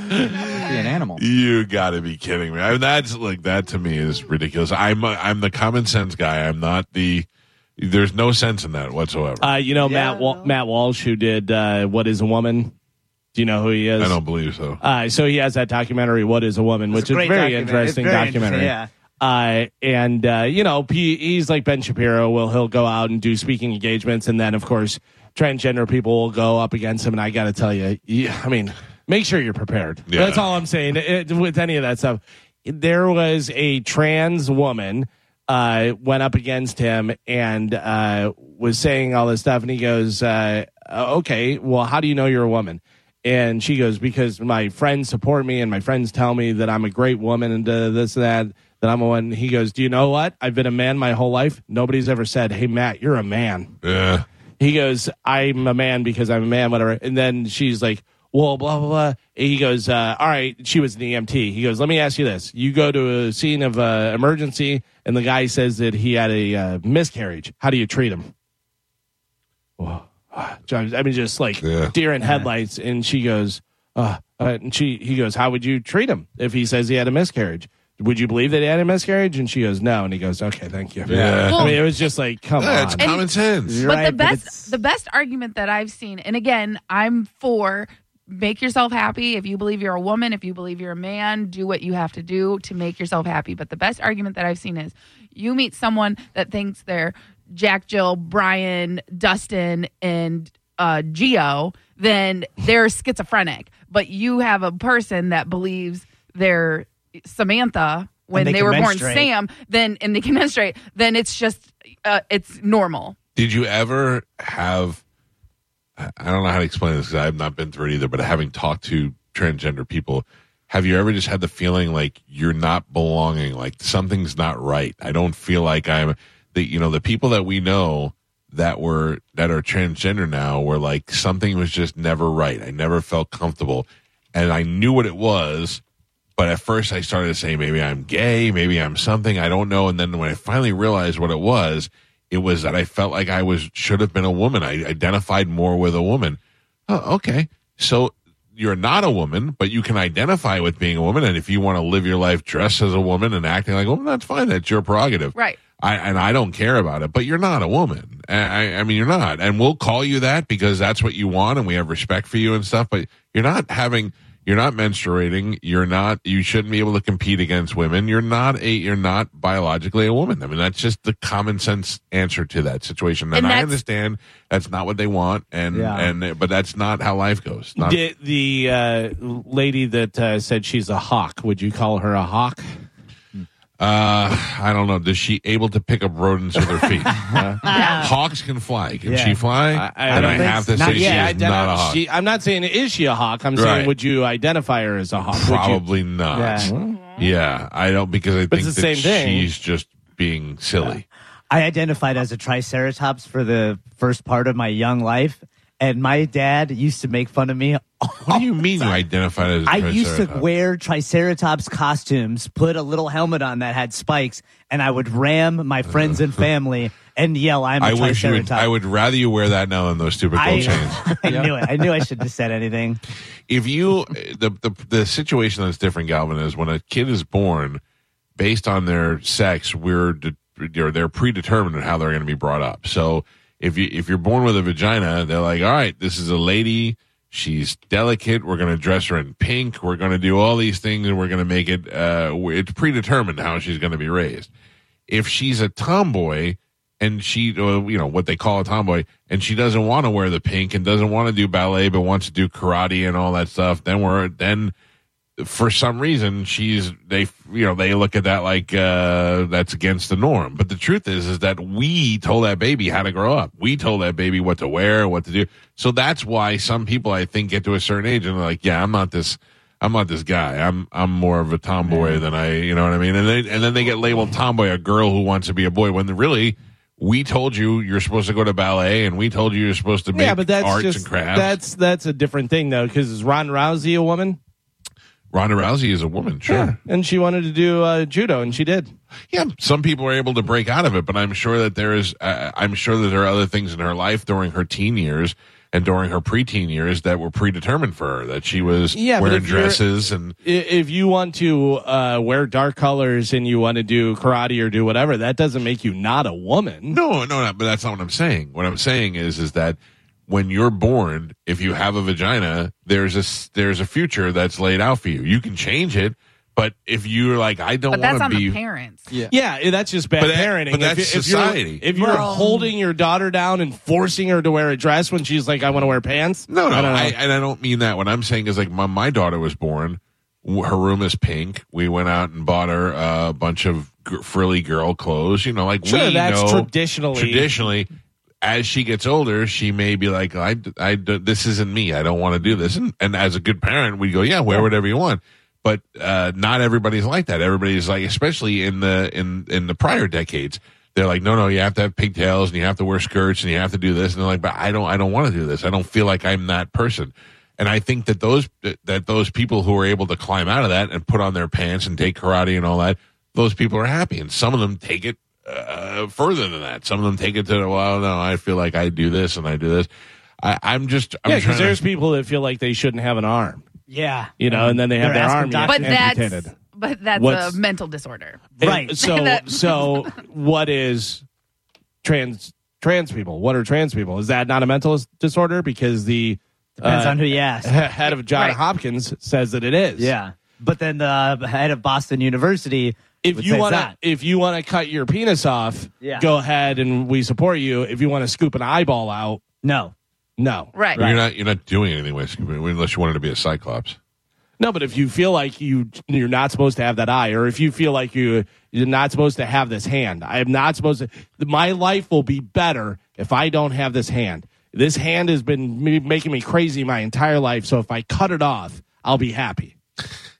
be an animal. You got to be kidding me! I mean, that's like that to me is ridiculous. I'm a, I'm the common sense guy. I'm not the. There's no sense in that whatsoever. Uh, you know Yeah, Matt Wa- no. Matt Walsh, who did uh, "What Is a Woman." Do you know who he is? I don't believe so. Uh, so he has that documentary, "What Is a Woman," It's which a is great very documentary. interesting It's very documentary. interesting, Uh, and uh, you know, he, he's like Ben Shapiro. Will he'll go out and do speaking engagements, and then of course, transgender people will go up against him. And I got to tell you, yeah, I mean, make sure you're prepared. Yeah. That's all I'm saying it, with any of that stuff. There was a trans woman uh, went up against him and uh, was saying all this stuff, and he goes, uh, "Okay, well, how do you know you're a woman?" And she goes, "Because my friends support me, and my friends tell me that I'm a great woman, and uh, this and that." That I'm a woman." He goes, Do you know what? I've been a man my whole life. Nobody's ever said, Hey, Matt, you're a man Yeah. he goes, I'm a man because I'm a man, whatever. And then she's like, well, blah, blah, blah. And he goes, uh, all right, she was an EMT. He goes, let me ask you this. You go to a scene of uh, emergency and the guy says that he had a uh, miscarriage. How do you treat him? [sighs] John, I mean, just like Yeah. deer in headlights. And she goes, uh, uh, and she, he goes, how would you treat him if he says he had a miscarriage? Would you believe that he had a miscarriage? And she goes, no. And he goes, okay, thank you. Yeah. I mean, it was just like, come Yeah, on. it's common sense. You're But right, the but best it's- the best argument that I've seen, and again, I'm for make yourself happy. If you believe you're a woman, if you believe you're a man, do what you have to do to make yourself happy. But the best argument that I've seen is you meet someone that thinks they're Jack, Jill, Brian, Dustin, and uh, Geo, then they're schizophrenic. But you have a person that believes they're Samantha when they they, can were born menstruate. Sam, then and they can menstruate, then it's just uh, it's normal. Did you ever have? I I don't know how to explain this because I've not been through it either. But having talked to transgender people, have you ever just had the feeling like you're not belonging? Like something's not right. I don't feel like I'm the you know the people that we know that were that are transgender now were like something was just never right. I never felt comfortable, and I knew what it was. But at first, I started to say, maybe I'm gay, maybe I'm something, I don't know. And then when I finally realized what it was, it was that I felt like I was should have been a woman. I identified more with a woman. Oh, okay. So you're not a woman, but you can identify with being a woman. And if you want to live your life dressed as a woman and acting like a woman, that's fine. That's your prerogative. Right. I, and I don't care about it, but you're not a woman. I, I- I mean, you're not. And we'll call you that because that's what you want and we have respect for you and stuff, but you're not having, you're not menstruating. You're not, you shouldn't be able to compete against women. You're not a, you're not biologically a woman. I mean, that's just the common sense answer to that situation. And, And I that's- understand that's not what they want. And, Yeah. and, but that's not how life goes. Not, Did the uh, lady that uh, said she's a hawk, would you call her a hawk? Uh, I don't know. Does she able to pick up rodents with her [laughs] feet? Hawks can fly. Can Yeah. she fly? I and don't I think have to Not say she yet. is not a Identi- hawk. she- I'm not saying is she a hawk. I'm Right. saying would you identify her as a hawk? Would you- Probably not. Yeah. I don't because I But think it's the that same thing. she's just being silly. I identified as a triceratops for the first part of my young life, and my dad used to make fun of me. What do you mean you identified as? a I used to triceratops? wear triceratops costumes, put a little helmet on that had spikes, and I would ram my [laughs] friends and family and yell, "I'm a I wish you triceratops." would. I would rather you wear that now than those stupid gold [laughs] chains. I, [laughs] I knew it. I knew I shouldn't have said anything. if you the, the the situation that's different, Galvin, is when a kid is born, based on their sex, we're de- or they're predetermined on how they're going to be brought up. So if you if you're born with a vagina, they're like, all right, this is a lady. She's delicate. We're going to dress her in pink. We're going to do all these things, and we're going to make it. Uh, it's predetermined how she's going to be raised. If she's a tomboy, and she, or, you know, what they call a tomboy, and she doesn't want to wear the pink and doesn't want to do ballet, but wants to do karate and all that stuff. Then we're then for some reason she's they you know they look at that like uh that's against the norm but the truth is is that we told that baby how to grow up we told that baby what to wear what to do so that's why some people i think get to a certain age and they're like yeah i'm not this i'm not this guy i'm i'm more of a tomboy than i you know what i mean and they and then they get labeled tomboy a girl who wants to be a boy when really we told you you're supposed to go to ballet and we told you you're supposed to make yeah, but that's arts just and crafts that's that's a different thing though, because is Ron Rousey a woman? ronda rousey is a woman sure and she wanted to do uh, judo, and she did. yeah, some people are able to break out of it, but I'm sure that there is, uh, I'm sure that there are other things in her life during her teen years and during her preteen years that were predetermined for her, that she was Yeah, but wearing if you're- dresses and I- If you want to uh, wear dark colors and you want to do karate or do whatever, that doesn't make you not a woman. No, no, no, but that's not what I'm saying. What I'm saying is, is that when you're born, if you have a vagina, there's a s- there's a future that's laid out for you. You can change it, but if you're like, I don't But that's want to on be, the parents. Yeah, i- that's just bad But that- parenting. but If that's you- if society. You're, if you're Well- holding your daughter down and forcing her to wear a dress when she's like, "I want to wear pants," No, no, I don't know. I, and I don't mean that. What I'm saying is like my my daughter was born. w- Her room is pink. We went out and bought her uh, a bunch of g- frilly girl clothes. You know, like Sure, we that's know traditionally- traditionally. As she gets older, she may be like, "I, I, this isn't me. I don't want to do this." And, and as a good parent, we go, "Yeah, wear whatever you want." But uh, not everybody's like that. Everybody's like, especially in the in in the prior decades, they're like, "No, no, you have to have pigtails and you have to wear skirts and you have to do this." And they're like, "But I don't, I don't want to do this. I don't feel like I'm that person." And I think that those that those people who are able to climb out of that and put on their pants and take karate and all that, those people are happy. And some of them take it uh, further than that. Some of them take it to, well, no, I feel like I do this and I do this. I, I'm just, I'm yeah, because trying there's to, people that feel like they shouldn't have an arm, Yeah, you know, and then they have They're their asking arm. doctors- But that's amputated. but that's What's- a mental disorder. And Right. So [laughs] That- so what is trans trans people? What are trans people? Is that not a mental s- disorder? Because the depends uh, on who you ask. [laughs] he- head of John Right. Hopkins says that it is. Yeah, but then the head of Boston University. If would you say want to, that. if you want to cut your penis off, Yeah. go ahead and we support you. If you want to scoop an eyeball out, no, No. Right. You're not you're not doing anything with unless you wanted to be a cyclops. No, but if you feel like you you're not supposed to have that eye, or if you feel like you you're not supposed to have this hand, I am not supposed to. My life will be better if I don't have this hand. This hand has been me- making me crazy my entire life. So if I cut it off, I'll be happy.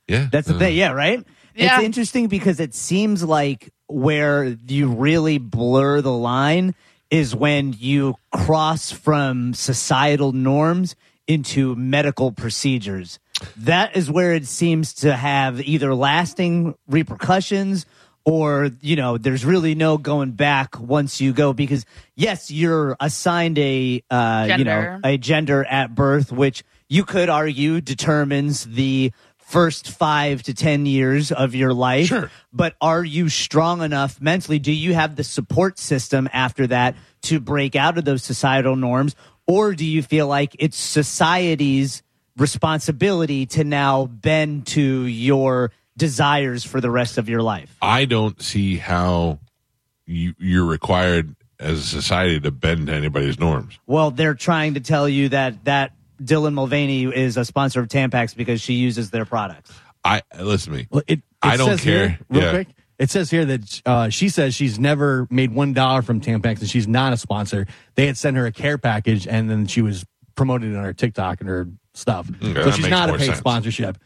Yeah. That's the thing. Yeah, right? Yeah. It's interesting because it seems like where you really blur the line is when you cross from societal norms into medical procedures. That is where it seems to have either lasting repercussions or, you know, there's really no going back once you go because, yes, you're assigned a, uh, you know, Gender. a gender at birth, which you could argue determines the first five to 10 years of your life. Sure. But are you strong enough mentally? Do you have the support system after that to break out of those societal norms? Or do you feel like it's society's responsibility to now bend to your desires for the rest of your life? I don't see how you, you're required as a society to bend to anybody's norms. Well, they're trying to tell you that that Dylan Mulvaney is a sponsor of Tampax because she uses their products. I listen to me. Well, it, it I don't says here, care. real Yeah. quick, it says here that uh, she says she's never made one dollar from Tampax, and she's not a sponsor. They had sent her a care package, and then she was promoted on her TikTok and her stuff. so that she's makes not a more paid sense. sponsorship.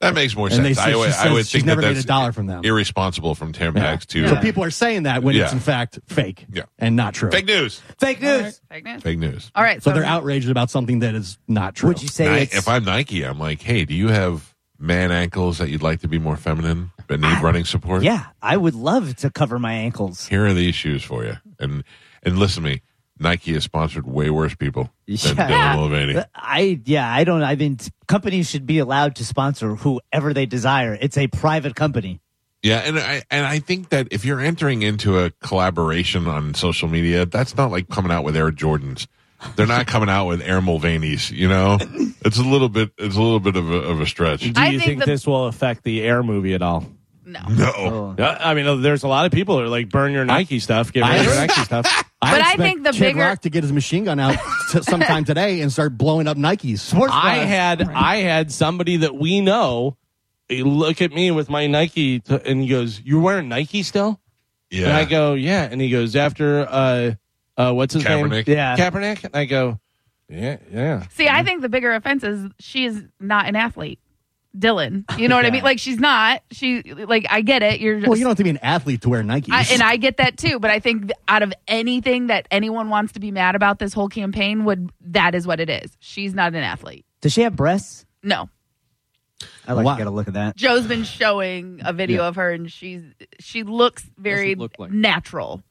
That makes more And they sense. say- I, would- she I would says she's think never that made a that's dollar from them. Irresponsible from Tampax to So people are saying that when it's Yeah. in fact fake Yeah. and not true. fake news. Fake news. Fake news. Fake news. All right. So they're outraged about something that is not true. Would you say Ni- it's, if I'm Nike, I'm like, hey, do you have man ankles that you'd like to be more feminine but need running support? Ah, Yeah, I would love to cover my ankles. Here are these shoes for you. And and listen to me, Nike has sponsored way worse people than Yeah. Dylan Mulvaney. But I yeah, I don't. I mean, t- companies should be allowed to sponsor whoever they desire. It's a private company. Yeah, and I and I think that if you're entering into a collaboration on social media, that's not like coming out with Air Jordans. They're not coming out with Air Mulvaney's. You [coughs] know, it's a little bit. It's a little bit of a, of a stretch. Do I you think think the- this will affect the Air movie at all? No. No, Yeah, I mean, there's a lot of people that are like, burn your Nike stuff, get rid of [laughs] your Nike stuff. But I expect think the Kid bigger- Rock to get his machine gun out [laughs] t- sometime today and start blowing up Nikes. I had I had somebody that we know he look at me with my Nike t- and he goes, "You're wearing Nike still?" And I yeah, go, "Yeah." And he goes, "After uh, uh what's his name? Kaepernick. Yeah. Kaepernick." And I go, "Yeah, yeah." See, I think the bigger offense is she is not an athlete. Dylan, you know what I [laughs] mean? Like she's not. She like I get it. You're just, Well, you don't have to be an athlete to wear Nikes. I, and I get that too. But I think th- out of anything that anyone wants to be mad about this whole campaign, would that is what it is. She's not an athlete. Does she have breasts? No, I like Why? to get a look at that. Joe's been showing a video of her, and she's she looks very Doesn't look like- natural.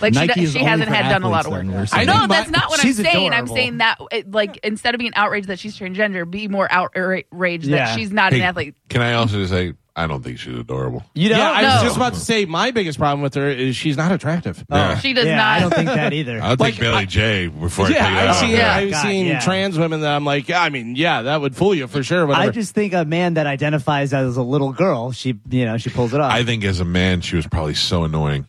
Like she, do- Nike is she only hasn't for had done a lot of work. athletes then, we're I saying. know that's not what I'm she's saying. I'm adorable. saying that it, like instead of being outraged that she's transgender, be more outraged Yeah. that she's not an Hey, athlete. Can I also just say I don't think she's adorable. You know, Yeah, I was know. just about to say my biggest problem with her is she's not attractive. Yeah. She does yeah, not. I [laughs] don't think that either. I'll Like, take Bailey I- J before yeah, I take it I've out. seen Yeah. I've God, seen yeah. trans women that I'm like, I mean, yeah, that would fool you for sure. Whatever. I just think a man that identifies as a little girl, she you know she pulls it off. I think as a man, she was probably so annoying.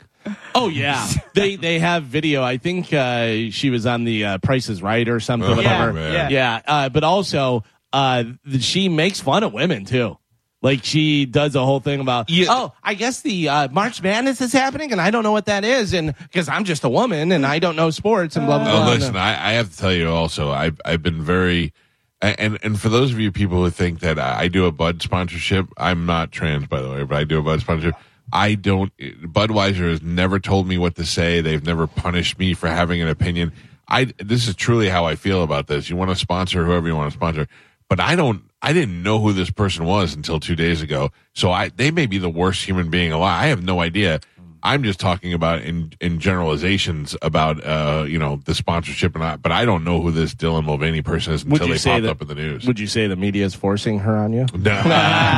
Oh yeah, [laughs] they they have video. I think uh, she was on the uh, Price is Right or something. Oh, whatever. man. yeah. yeah. Uh, but also, uh, th- she makes fun of women too. Like she does a whole thing about, Yeah. oh, I guess the uh, March Madness is happening, and I don't know what that is, and because I'm just a woman and I don't know sports and blah blah. Oh, blah. listen, I, I have to tell you also, I've, I've been very, and, and for those of you people who think that I, I do a Bud sponsorship, I'm not trans, by the way, but I do a Bud sponsorship. I don't, Budweiser has never told me what to say. They've never punished me for having an opinion. I, this is truly how I feel about this. You want to sponsor whoever you want to sponsor, but I don't, I didn't know who this person was until two days ago. So I, they may be the worst human being alive. I have no idea. I'm just talking about in in generalizations about uh you know the sponsorship and I, but I don't know who this Dylan Mulvaney person is Would until you they say popped that- up in the news. Would you say the media is forcing her on you? [laughs] no.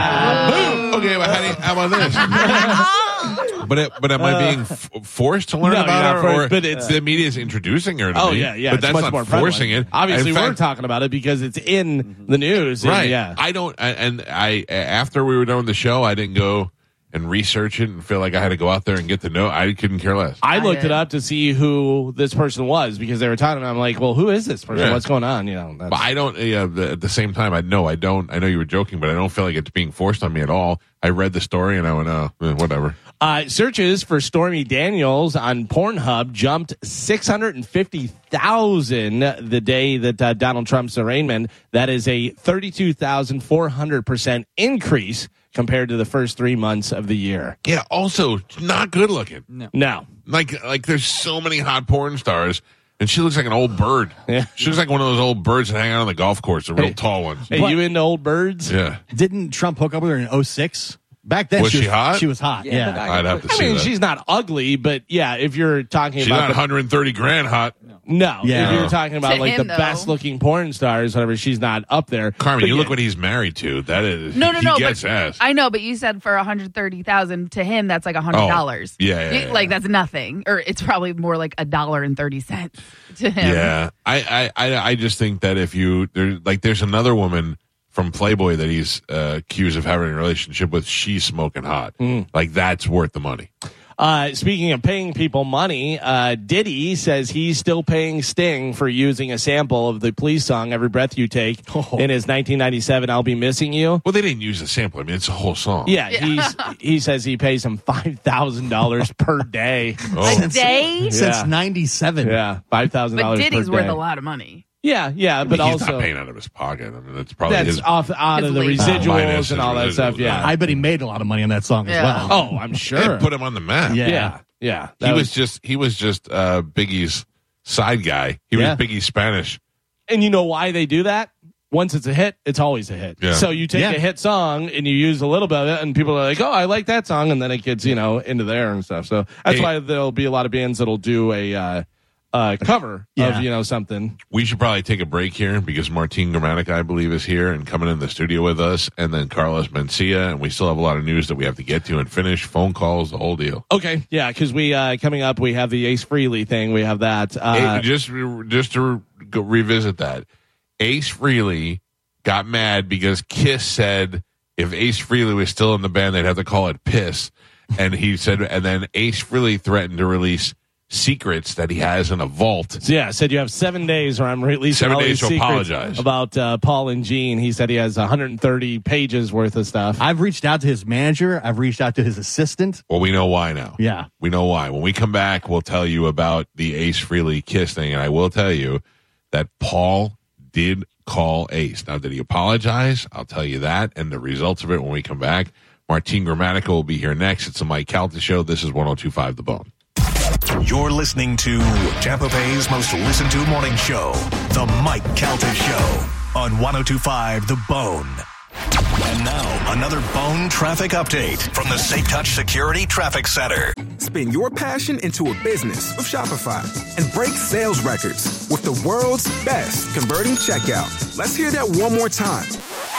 Boom. okay, well, how, do you- how about this? [laughs] But it, but am I being f- forced to learn Uh, No, you're not about her, forced, or but it's- the media is introducing her? To Oh me, yeah, yeah. But it's that's much not more prevalent. forcing it. Obviously, In we're fact, talking about it because it's in the news. and right. yeah. I don't. I, and I after we were done with the show, I didn't go and research it and feel like I had to go out there and get to know. I couldn't care less. I I looked did. it up to see who this person was because they were talking. And I'm like, well, who is this person? Yeah. What's going on? You know, that's, But I don't. Uh, the, at the same time, I know I don't. I know you were joking, but I don't feel like it's being forced on me at all. I read the story and I went, oh, eh, whatever. Uh, searches for Stormy Daniels on Pornhub jumped 650,000 the day that uh, Donald Trump's arraignment. That is a 32,400% increase compared to the first three months of the year. Yeah. Also, not good looking. No. Like, like there's so many hot porn stars, and she looks like an old bird. Yeah. She looks like one of those old birds that hang out on the golf course, the real tall ones. Hey, you into old birds? Yeah. Didn't Trump hook up with her in 06? Back then, Was she was hot? She was hot. Yeah. but I'd have to I see mean, that. she's not ugly, but yeah, if you're talking She's about not the 130 grand hot. No, Yeah. if you're talking about To like him, the though. best looking porn stars, whatever, she's not up there. Carmen, But you yeah, look what he's married to. That is No, no, he no. Gets but, ass. I know, but you said for 130,000 to him that's like $100. Oh, yeah, yeah, You- yeah, Like yeah. that's nothing or it's probably more like a dollar and 30 cents to him. Yeah, I, I, I, I just think that if you there, like, there's another woman from Playboy that he's uh, accused of having a relationship with. She's smoking hot. Hmm. Like that's worth the money. Uh, speaking of paying people money, uh, Diddy says he's still paying Sting for using a sample of the police song "Every Breath You [laughs] Take" Oh. in his 1997 "I'll Be Missing You." Well, they didn't use the sample. I mean, it's a whole song. Yeah, he's he says he pays him five thousand [laughs] dollars per day. Oh, Day? Since Yeah. 97. Yeah, five thousand But dollars. Diddy's per worth day. a lot of money. Yeah, yeah, but he's also not paying out of his pocket. I mean, that's probably that's his. off out His of the lease. Minus residuals his and all that stuff. residuals, Yeah. I bet he made a lot of money on that song as Yeah. well. oh, I'm [laughs] sure. It put him on the map. Yeah. yeah, yeah. he was, just he was just uh, Biggie's side guy. He Yeah. was Biggie's Spanish. And you know why they do that? Once it's a hit, it's always a hit. Yeah. So you take Yeah. a hit song and you use a little bit of it, and people are like, "Oh, I like that song," and then it gets you know into there and stuff. So that's Hey. why there'll be a lot of bands that'll do a uh, uh, cover Yeah. of you know something. We should probably take a break here because Martin Gramatic, I believe, is here and coming in the studio with us, and then Carlos Mencia, and we still have a lot of news that we have to get to and finish. Phone calls, the whole deal. Okay, yeah, because we uh, coming up, we have the Ace Freely thing. We have that. Uh, Hey, just re- just to re- go revisit that, Ace Freely got mad because Kiss said if Ace Freely was still in the band, they'd have to call it Piss, and he said, and then Ace Freely threatened to release secrets that he has in a vault. so yeah, said you have seven days, or I'm releasing Seven all days these to secrets apologize. about uh, Paul and Gene. He said he has 130 pages worth of stuff. I've reached out to his manager. I've reached out to his assistant. Well, we know why now. Yeah. We know why. When we come back, we'll tell you about the Ace Freely kiss thing. And I will tell you that Paul did call Ace. Now, did he apologize? I'll tell you that and the results of it when we come back. Martine Grammatico will be here next. It's the Mike Calta Show. This is 1025 The Bone. You're listening to Tampa Bay's most listened to morning show, The Mike Calta Show, on 1025 The Bone. And now, another bone traffic update from the Safe Touch Security Traffic Center. Spin your passion into a business with Shopify and break sales records with the world's best converting checkout. Let's hear that one more time.